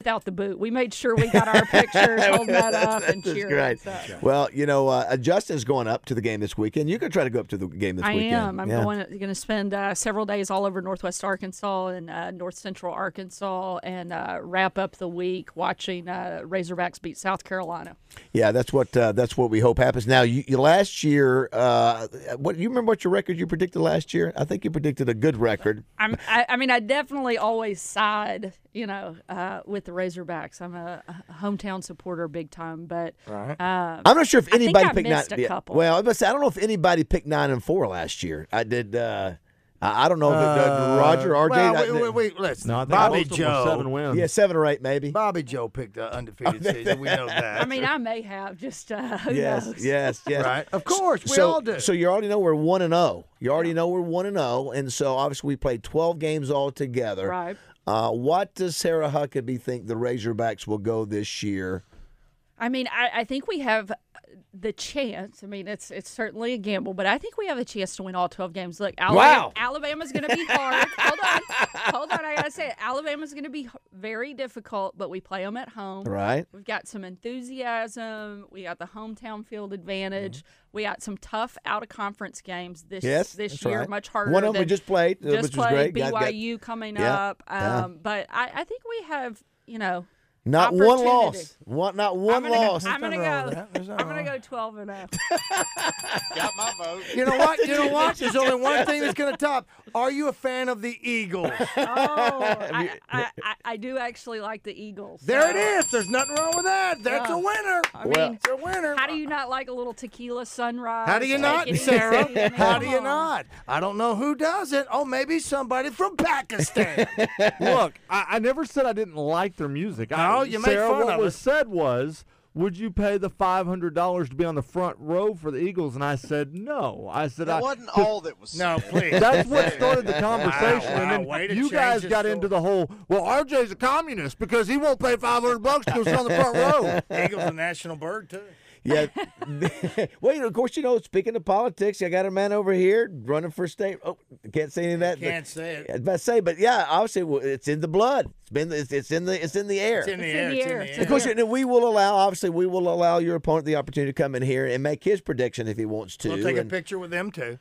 without the boot. We made sure we got our pictures, hold that up, and That's cheer. great. us up. Well, you know, uh, Justin's going up to the game this weekend. You could try to go up to the game this I weekend. am. I'm Yeah. going going to spend uh, several days all over Northwest Arkansas and uh, North Central Arkansas, and uh, wrap up the week watching uh, Razorbacks beat South Carolina. Yeah, that's what uh, that's what we hope happens. Now, you, you last year, uh, what you remember what your record you predicted last year? I think you predicted a good record. I'm, I, I mean, I definitely always side, you know, uh, with the Razorbacks. I'm a, a hometown supporter, big time. But um, I'm not sure if think anybody I picked missed nine. a yeah, couple. Well, I was gonna say, I don't know if anybody picked nine and four last year. I did. Uh, I I don't know if it, uh, Roger RJ. Well, I- wait, wait, wait, let's. No, I think Bobby most of them were Joe. seven wins. Yeah, seven or eight maybe. Bobby Joe picked the undefeated season. We know that. I mean, I may have just uh, who yes, knows? yes, yes. right? Of course, we so, all do. So you already know we're one and zero. You already know we're one and zero, and so obviously we played twelve games all together. Right. Uh, what does Sarah Huckabee think the Razorbacks will go this year? I mean, I, I think we have the chance. I mean, it's it's certainly a gamble, but I think we have a chance to win all 12 games. Look, Alabama, Wow. Alabama's going to be hard. hold on. Hold on. I got to say it. Alabama's going to be h- very difficult, but we play them at home. Right. We've got some enthusiasm. We got the hometown field advantage. We got some tough out of conference games this Mm-hmm. Yes, this that's year, right. much harder. One of 'em we than just played, uh, just which was played, great. Got- got- BYU coming Yeah, up, um, yeah. but I, I think we have you know Not one opportunity. loss. One, not one I'm gonna loss. Go, I'm gonna nothing wrong with go. that. There's I'm nothing gonna go wrong. 12 and 0. Got my vote. you know what? You know what? There's only one thing that's going to top. Are you a fan of the Eagles? Oh, I, I, I, I do actually like the Eagles. There it so- is. There's nothing wrong with that. That's Yeah. a winner. I mean, it's a winner. how do you not like a little tequila sunrise? How do you Take not, it easy, Sarah? I mean, How come do you on. not? I don't know who does it. Oh, maybe somebody from Pakistan. Look, I, I never said I didn't like their music. I- No, you made Sarah, fun what of was it. said was, would you pay the five hundred dollars to be on the front row for the Eagles? And I said no. I said I That wasn't all that was no, said. please. That's what started the conversation, wow, and way to then you change guys the got story. into the whole. Well, RJ's a communist because he won't pay five hundred bucks to sit on the front row. Eagles a national bird too. yeah. well, you know, of course, you know. Speaking of politics, I got a man over here running for state. Oh, can't say any of that. but- Can't say it. I was about to say, but yeah, obviously well, it's in the blood. It's been it's, it's in the it's in the air. It's in the It's air. It's in the air. of course, you know, we will allow. Obviously, we will allow your opponent the opportunity to come in here and make his prediction if he wants to. We'll take a And- picture with them too.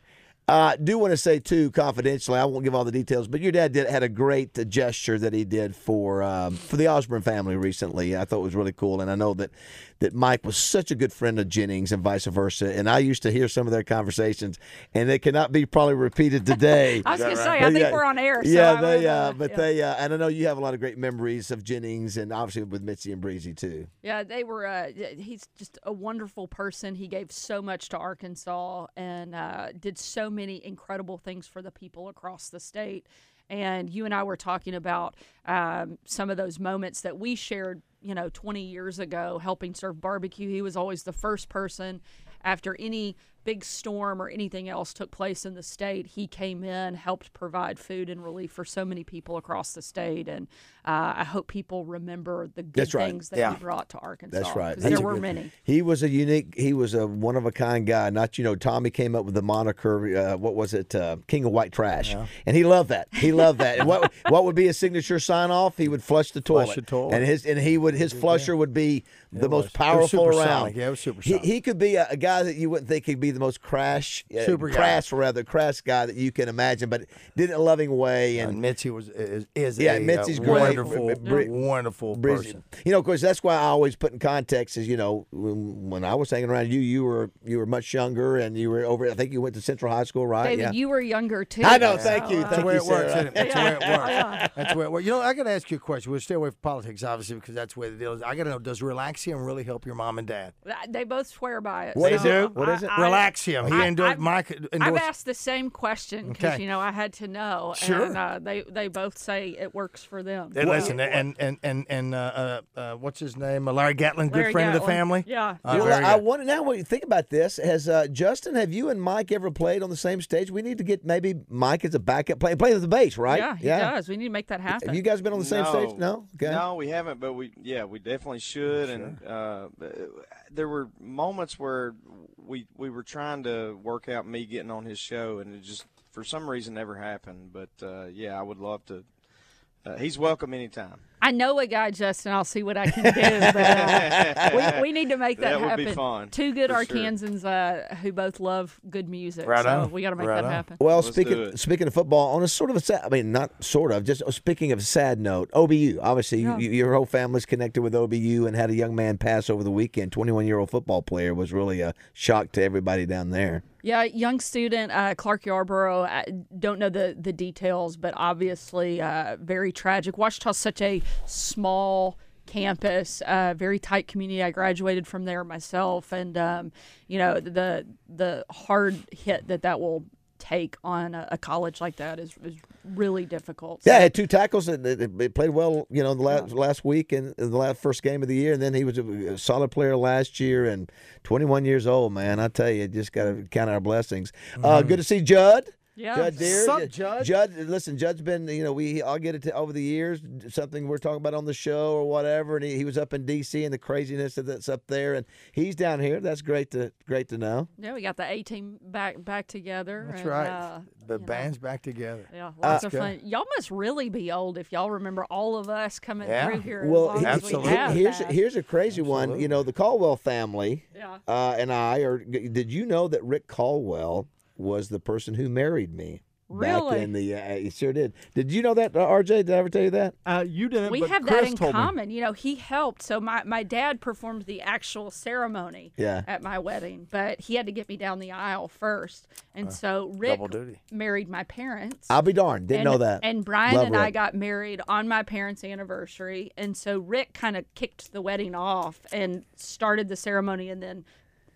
I do want to say too, confidentially, I won't give all the details, but your dad did had a great uh, gesture that he did for um, for the Osborne family recently. I thought it was really cool, and I know that that Mike was such a good friend of Jennings and vice versa. And I used to hear some of their conversations, and they cannot be probably repeated today. I was gonna say, I think Yeah. we're on air. So yeah, I they, would, uh, but yeah. they, uh, and I know you have a lot of great memories of Jennings, and obviously with Mitzi and Breezy too. Yeah, they were. Uh, y- he's just a wonderful person. He gave so much to Arkansas and uh, did so many incredible things for the people across the state. And you and I were talking about um, some of those moments that we shared, you know, 20 years ago, helping serve barbecue. He was always the first person after any big storm or anything else took place in the state, he came in, helped provide food and relief for so many people across the state. And uh, I hope people remember the good That's right. things that Yeah. he brought to Arkansas. That's right. 'cause He's There a were good- many. He was a unique. He was a one of a kind guy. Not you know. Tommy came up with the moniker. Uh, what was it? Uh, King of White Trash. And he loved that. He loved that. and what what would be his signature sign off? He would flush the toilet. Flush the toilet. And his and he would his flusher would be the most was. It was powerful around. supersonic. Yeah, it was He, supersonic. he could be a, a guy that you wouldn't think he'd be the most crash, uh, Super guy. crass rather crass guy that you can imagine, but did it in a loving way and And Mitzi was is, is Uh, Yeah, a, uh, Mitzi's great. wonderful, Br- br- wonderful Brisbane. person. You know, of course, that's why I always put in context is you know when, when I was hanging around you, you were you were much younger and you were over. I think you went to Central High School, right? David, you were younger too. Uh, I know, so, thank you, uh, That's thank the way you, it works. Sarah. Isn't it? That's the way it works. That's the way it works. You know, I got to ask you a question. We'll stay away from politics, obviously, because that's the way the deal is. I got to know: Does Relaxium really help your mom and dad? They both swear by it. What so is it? What is it? I- I- Relaxium. He I- endorsed. I've- Mike I've endorsed. asked the same question because Okay. you know I had to know, Sure. and uh, they they both say it works for them. And So- listen, and and and and uh, uh, uh, what's his name? Uh, Larry Gatlin, good Larry friend of the Gatlin. family. Yeah. Uh, well, very I good. want to now. What you think about this? Has uh, Justin, have you and Mike ever played on the same stage? We need to get maybe Mike as a backup player, play with the bass, right? Yeah, he does. We need to make that happen. Have you guys been on the same stage? No. No, we haven't, but we yeah, we definitely should. And uh, there were moments where we we were trying to work out me getting on his show, and it just for some reason never happened. But uh, yeah, I would love to. Uh, he's welcome anytime. I know a guy, Justin. I'll see what I can do. But uh, we, we need to make that, That would happen. be fun, Two good for sure. Arkansans uh, who both love good music. Right so on, we got to make right that on. happen. Well, Let's do speaking it. speaking of football, on a sort of a sad, I mean, not sort of, just oh, speaking of a sad note, OBU. Obviously, Yeah. you, your whole family's connected with OBU, and had a young man pass over the weekend. Twenty one year old football player was really a shock to everybody down there. Yeah, young student uh, Clark Yarborough. I don't know the the details, but obviously uh, very tragic. Washita's such a small campus, uh, very tight community. I graduated from there myself, and um, you know the the hard hit that that will take on a, a college like that is, is really difficult. So- Yeah, had two tackles and they- they played well, you know, the last last week and the last first game of the year, and then he was a solid player last year and 21 years old, man. I tell you, just got to count our blessings. Uh, Mm-hmm. good to see Judd. Yeah. Judd Deere. Sup, Judd? Judd, listen, Judd's been, you know, we I'll get it to, over the years, something we're talking about on the show or whatever, and he, he was up in D.C. and the craziness that- that's up there, and he's down here. That's great to great to know. Yeah, we got the A team back back together. That's and, right. uh, the you know, band's back together. Uh, Yeah, lots of go. fun. Y'all must really be old if y'all remember all of us coming Yeah. through here. Well, as long he- as Absolutely. We have here's that. here's a crazy one. You know, the Caldwell family. yeah. uh, and I are. Did you know that Rick Caldwell was the person who married me? Really? Back in the, uh, he sure did. Did you know that, uh, RJ? Did I ever tell you that? Uh, you didn't. we but have Chris that in told me. common. You know, he helped. So my, my dad performed the actual ceremony Yeah. at my wedding, but he had to get me down the aisle first. And Uh, so Rick double duty. married my parents. I'll be darned. Didn't and, know that. And Brian Love and I Rick. got married on my parents' anniversary. And so Rick kind of kicked the wedding off and started the ceremony and then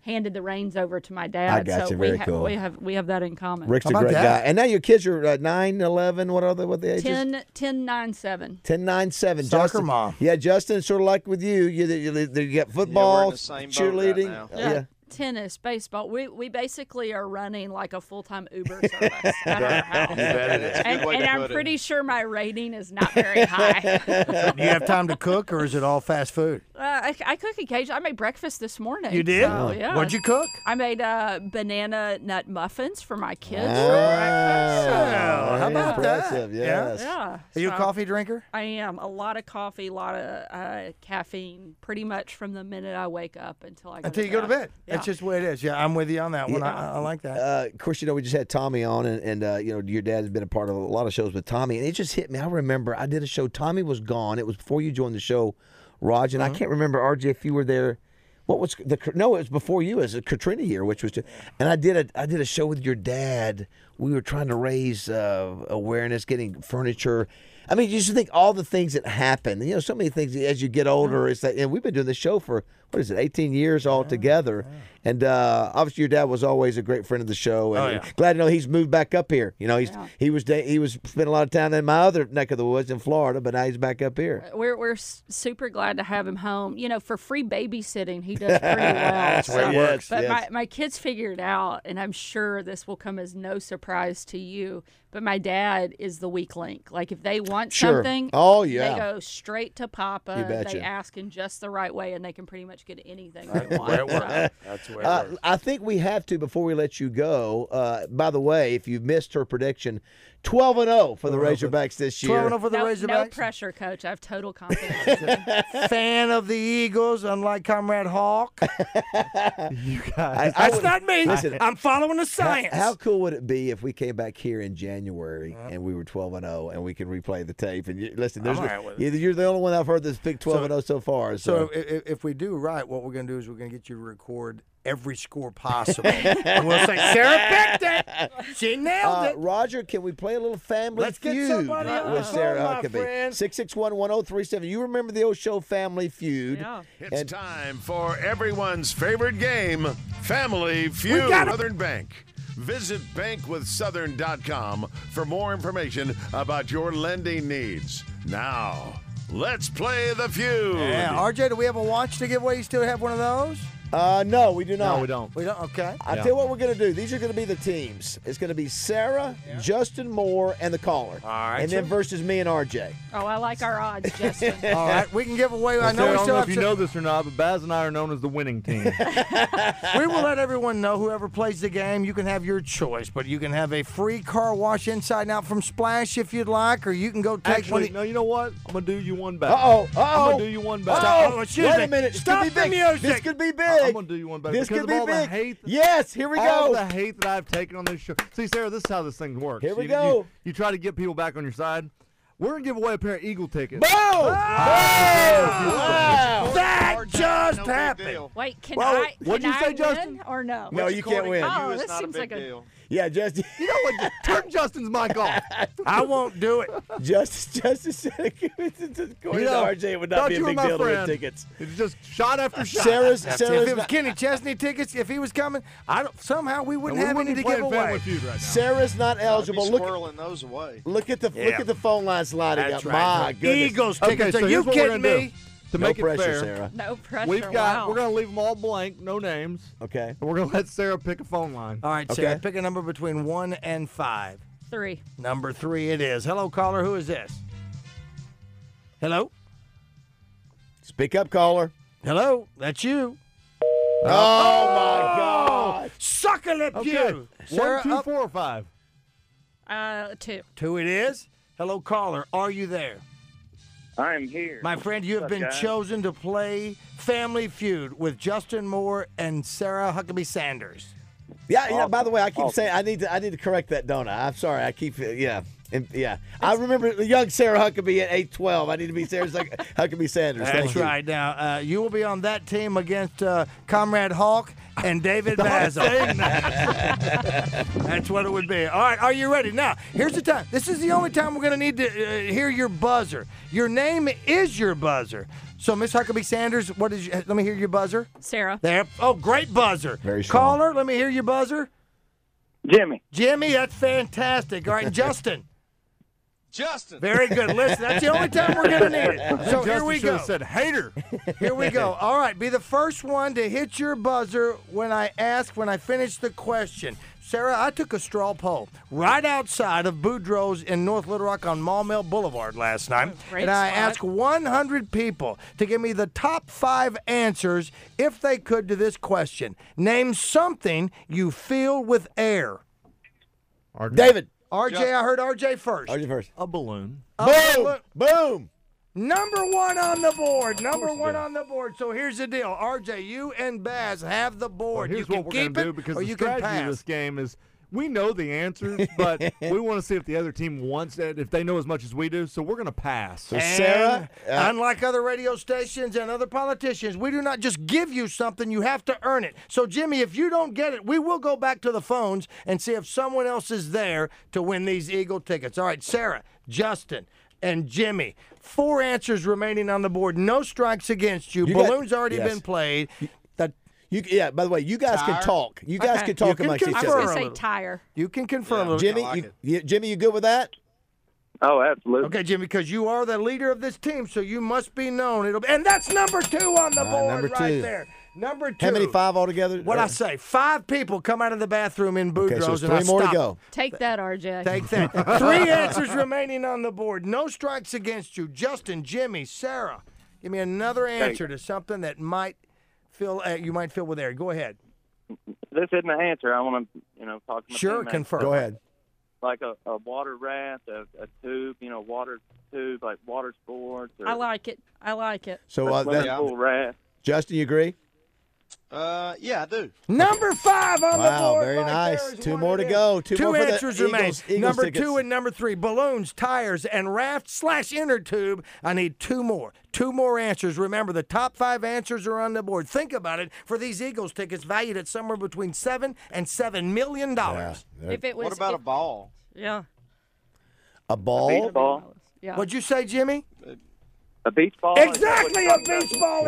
handed the reins over to my dad. got so you. we Very ha- cool. we have we have that in common. Rick's a How about great that? guy. And now your kids are uh, 9, 11, What are they? What the ages? 10, 10 9 7. 10, 9, 7. Soccer Justin, mom. Yeah, Justin, sort of like with you. You, you, you, you got we're football, in the same boat right cheerleading. now. Uh, Yeah. Tennis, baseball. We we basically are running like a full time Uber service at our house. That's a good And, way to and I'm put it. pretty sure my rating is not very high. uh, Do you have time to cook, or is it all fast food? I, I cook occasionally. I made breakfast this morning. You did? So, yeah. What'd you cook? I made uh, banana nut muffins for my kids. for Oh, Ah, How very about that? impressive, Yeah. Yes. breakfast. Yeah. Are you a so coffee drinker? I am. A lot of coffee, a lot of uh, caffeine, pretty much from the minute I wake up until I go Until to you go to bed. Yeah. That's just the way it is. Yeah, I'm with you on that one. I, I like that. uh, of course, you know, we just had Tommy on, and, and uh, you know, your dad's been a part of a lot of shows with Tommy, and it just hit me. I remember I did a show. Tommy was gone. It was before you joined the show, Raj, and Uh-huh. I can't remember RJ if you were there. What was the? No, it was before you. It was the Katrina year, which was, and I did a I did a show with your dad. We were trying to raise uh, awareness, getting furniture. I mean, you just think all the things that happen. You know, so many things as you get older. It's like, and we've been doing this show for what is it, 18 years altogether. And uh, obviously, your dad was always a great friend of the show. And Oh, yeah. glad to know he's moved back up here. You know, he's he was da- he was spent a lot of time in my other neck of the woods in Florida, but now he's back up here. We're, we're s- super glad to have him home. You know, for free babysitting, he does pretty well. That's where it works. But Yes. my, my kids figured out, and I'm sure this will come as no surprise to you, but my dad is the weak link. Like, if they want Sure. something, Oh, yeah. they go straight to Papa. You They betcha. ask in just the right way, and they can pretty much get anything they want. Where it So- works. That's where it Uh, works. I think we have to before we let you go. Uh, by the way, if you missed her prediction, 12 and 0 for the Razorbacks this year. 12 and oh. over the No, Razorbacks. no pressure, coach. I have total confidence. Fan of the Eagles, unlike Comrade Hawk. I- I That's would- not me. Listen, I'm following the How- science. How, cool would it be if we came back here in January Uh-huh. and we were 12 and 0 and we could replay the tape? And you, listen, there's all no- right with it. either you're the only one I've heard that's picked 12 and 0 so far. So So, if, if we do right, what we're going to do is we're going to get you to record every score possible. and we'll say, Sarah picked it. She nailed uh, it. Roger, can we play a little family Let's get feud somebody on the with phone, Sarah my Huckabee? friend. 661 1037. You remember the old show Family Feud? Yeah. It's time for everyone's favorite game, Family Feud. got it. Southern Bank. Visit bankwithsouthern.com for more information about your lending needs. Now, let's play the feud. Yeah, RJ, do we have a watch to give away? You still have one of those? Uh, no, we do not. No, we don't. We don't. Okay. I Yeah. tell you what we're going to do. These are going to be the teams. It's going to be Sarah, Justin Moore, and the caller. All right, And then sir. versus me and RJ. Oh, I like our odds, Justin. All right. We can give away. I I, know we don't still know have if to- you know this or not, but Baz and I are known as the winning team. we will let everyone know whoever plays the game you can have your choice but you can have a free car wash inside and out from splash if you'd like or you can go take one Actually, no, you know what? I'm gonna do you one better. Uh oh. Uh oh. I'm gonna do you one better. Stop. Oh, Oh, excuse wait me. a minute. This Stop could be the big. This music. could be big. I- I'm gonna do you one better This because could of be all big. the hate- yes. Here we All go. the hate that I've taken on this show. See, Sarah, this is how this thing works. Here we You- go. You, you try to get people back on your side. We're gonna give away a pair of Eagle tickets. Boom! Wow! that just no Big happened deal. Wait, can Well, I? what'd can you say, I Justin? win or no? No, you can't According win. to Oh, you, it's this not seems a big like a- deal. Yeah, Justin. You know what? Turn Justin's mic off. i won't do it Justin. Justin said, "According You know, to RJ, it would not thought be a you were big my deal to win friend. tickets." It's just shot after shot. Sarah's. if it Sarah's. was Not, kenny chesney tickets if he was coming i don't somehow we We wouldn't have wouldn't any be to give playing Family away Feud right now. Sarah's not I'd be eligible. Mm. Look. squirreling those away. Look at the look Yeah. at the phone lines lighting That's up. right. My goodness. eagles Okay, tickets so are you here's what we're kidding gonna me do. To No make pressure, it fair, Sarah. No pressure. we've got wow. we're gonna leave them all blank, no names, Okay. and we're gonna let Sarah pick a phone line. all right Sarah, Okay. pick a number between one and five three. number three it is hello caller who is this hello Speak up, caller. hello that's you Oh, my Oh! God. sucker lip Okay. you Sarah, oh, One, two, up- four, or five. Uh, two. Two it is. Hello, caller. Are you there? I am here. My friend, you have What's been up, guys? chosen to play Family Feud with Justin Moore and Sarah Huckabee Sanders. Yeah, yeah. By the way, I keep Awesome. saying I need to I need to correct that, don't I? I'm sorry. I keep yeah. And- yeah, I remember young Sarah Huckabee at eight twelve. I need to be Sarah Huck- Huckabee Sanders. Thank That's you. right. Now, uh, you will be on that team against uh, Comrade Hawk and David Basil. That's what it would be. All right, are you ready? Now, here's the time. This is the only time we're going to need to uh, hear your buzzer. Your name is your buzzer. So, Miss Huckabee Sanders, what is? Your, let me hear your buzzer. Sarah. There. Oh, great buzzer. Very strong. Caller, let me hear your buzzer. Jimmy. Jimmy, that's fantastic. All right, Justin. Justin. Very good. Listen, that's the only time we're going to need it. So here Justin we go. should've said hater. Here we go. All right, be the first one to hit your buzzer when I ask, when I finish the question. Sarah, I took a straw poll right outside of Boudreaux's in North Little Rock on Maumelle Boulevard last night. Great and I spot. asked 100 people to give me the top five answers, if they could, to this question. Name something you fill with air. David. RJ, I heard RJ first. Are you first? A balloon. Boom! Boom! Number one on the board. Number one on the board. So here's the deal, RJ. You and Baz have the Well, board. here's you can what we're keep gonna it, do because or the you can strategy of pass. this game is we know the answers, but we want to see if the other team wants it, if they know as much as we do. So we're gonna pass. And Sarah, uh, unlike other radio stations and other politicians, we do not just give you something; you have to earn it. So, Jimmy, if you don't get it, we will go back to the phones and see if someone else is there to win these Eagle tickets. All right, Sarah, Justin, and Jimmy. Four answers remaining on the board. No strikes against you. You got- Balloon's already yes. been played. That you yeah. By the way, you guys can Tire. talk. You guys Okay. can talk You can amongst confer each I Sarah. was gonna other. A say little. tire. You can confirm. it. Jimmy, I like you, it. you, Jimmy, you good with that? Oh, absolutely. Okay, Jimmy, because you are the leader of this team, so you must be known. It'll be, and that's number two on the right, board number right two. there. Number two. How many five altogether? What I Or- say? Five people come out of the bathroom in Boudreaux's, Okay, so it's and I three more to stop. go. Take that, RJ. Take that. three answers remaining on the board. No strikes against you. Justin, Jimmy, Sarah, give me another answer to something that might fill uh, you might fill with air. Go ahead. This isn't an answer. I want to, you know, talk to my Sure, teammates. confirm. Go ahead. Like a, a water raft, a, a tube, you know, water tube, like water sports. Or I like it. I like it. So uh, swimming that, pool raft. Justin, you agree? Uh, yeah, I do. Number five on the Wow, board. very right nice. there is Two one more to it is. go. Two more for the answers remain. Eagles- Eagles number two tickets. and number three: balloons, tires, and raft slash inner tube. I need two more. Two more answers. Remember, the top five answers are on the board. Think about it for these Eagles tickets, valued at somewhere between seven and seven million dollars. If it was, What about a if- ball? yeah, A ball. Beach ball. yeah. What'd you say, Jimmy? A beach ball. is that what Exactly you're a talking beach about? ball.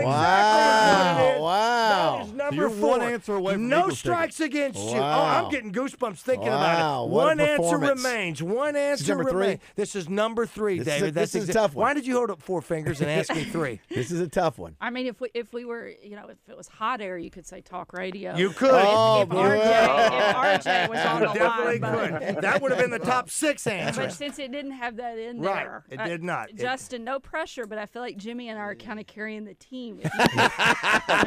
Wow, Exactly. is what it is. That wow. is number you're four. one answer away from no Eagles strikes against you. Oh, Wow. I'm getting goosebumps thinking Wow, about it. what a One answer performance. remains. One answer number three? remains. This is number three, This is a- David. That's this is a exa- tough one. Why did you hold up four fingers and ask me three? This is a tough one. I mean, if we if we were, you know, if it was hot air, you could say talk radio. You could. Oh, If RJ, if RJ was on the Definitely line, but, could. That would have been the top six answer. but since it didn't have that in Right, there, uh, it did not. It- Justin, no pressure, but I feel like Jimmy and I are kind of carrying the team. If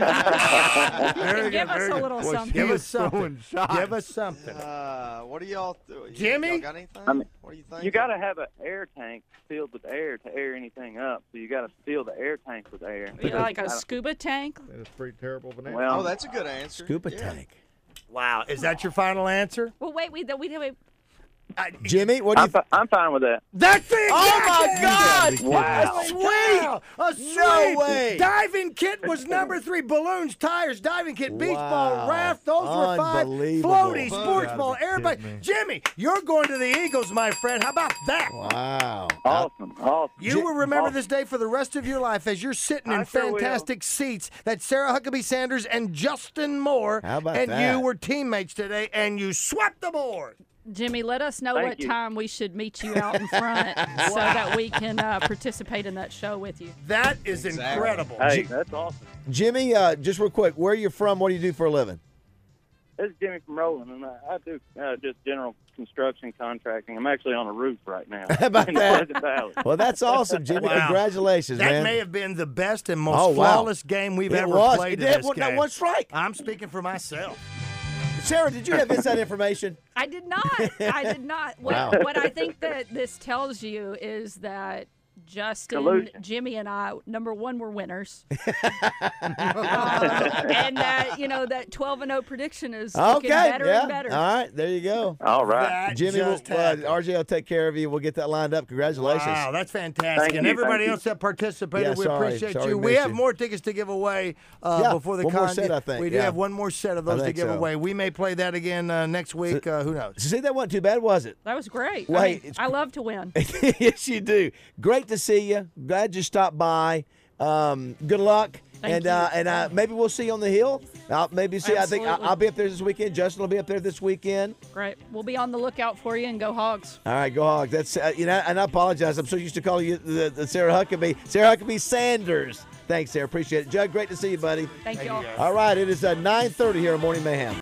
Very you good, give very us a good. little Boy, something. she Give was us something. throwing shots. Give us something. Uh, what do y'all? Th- Jimmy? y'all got anything? I mean, what do you think? You got to have an air tank filled with air to air anything up. So you got to fill the air tank with air. You know, like I a don't- scuba tank. That is pretty terrible. Banana. well, Oh, that's a good answer. Scuba yeah. tank. Wow. Is that your final answer? Well, wait, we we we. Jimmy, what do you I'm, think? fi- I'm fine with that. That's the Oh exact my answer! God! Wow. Sweet! Wow. A sweep! way. Diving kit was number three. Balloons, tires, diving kit, beach Wow. ball, raft. Those were five. Unbelievable. Floaty, You sports gotta ball, be everybody. kidding me. Jimmy, you're going to the Eagles, my friend. How about that? Wow. Awesome. Awesome. You will remember this day for the rest of your life as you're sitting in I sure will. fantastic seats that Sarah Huckabee Sanders and Justin Moore How about and that? you were teammates today and you swept the board. Jimmy, let us know Thank what you. time we should meet you out in front so that we can uh, participate in that show with you. That is Exactly. incredible. Hey, that's awesome. Jimmy, uh, just real quick, where are you from? What do you do for a living? This is Jimmy from Roland, and I, I do uh, just general construction contracting. I'm actually on a roof right now. How about in that? Pleasant Valley. Well, that's awesome, Jimmy. Wow. Congratulations, That man. may have been the best and most Oh, wow. flawless game we've It ever was. played. It in had this one- not game. one strike. I'm speaking for myself. Sarah, did you have inside information? I did not. I did not. What, Wow. what I think that this tells you is that Justin, Collusion. Jimmy, and I, number one, were winners, Uh, and that you know that twelve and zero prediction is looking better yeah. and better. All right. There you go. All right. That Jimmy, will, uh, just happened. RJ will take care of you. We'll get that lined up. Congratulations. Wow, that's fantastic. Thank and you, everybody thank you. else that participated, Yeah, we sorry, appreciate sorry you. we We missed have you. more tickets to give away uh, Yeah, before the one more con- set, I think, We do yeah. have one more set of I those to think give so. away. We may play that again uh, next week. Uh, who knows? See, that wasn't too bad, was it? That was great. I Wait, mean, it's- I, love to win. yes, you do. Great to see you. Glad you stopped by. Um, good luck. Thank and you. Uh, and uh, maybe we'll see you on the hill. I'll maybe see. I think I- Absolutely. I'll be up there this weekend. Justin will be up there this weekend. Great. We'll be on the lookout for you and go hogs. All right, go Hogs. That's uh, you know, and I apologize. I'm so used to calling you the, the Sarah Huckabee, Sarah Huckabee Sanders. Thanks, Sarah. Appreciate it. Jug, great to see you, buddy. Thank, you all. All right, it is uh, 9:30 here on Morning Mayhem.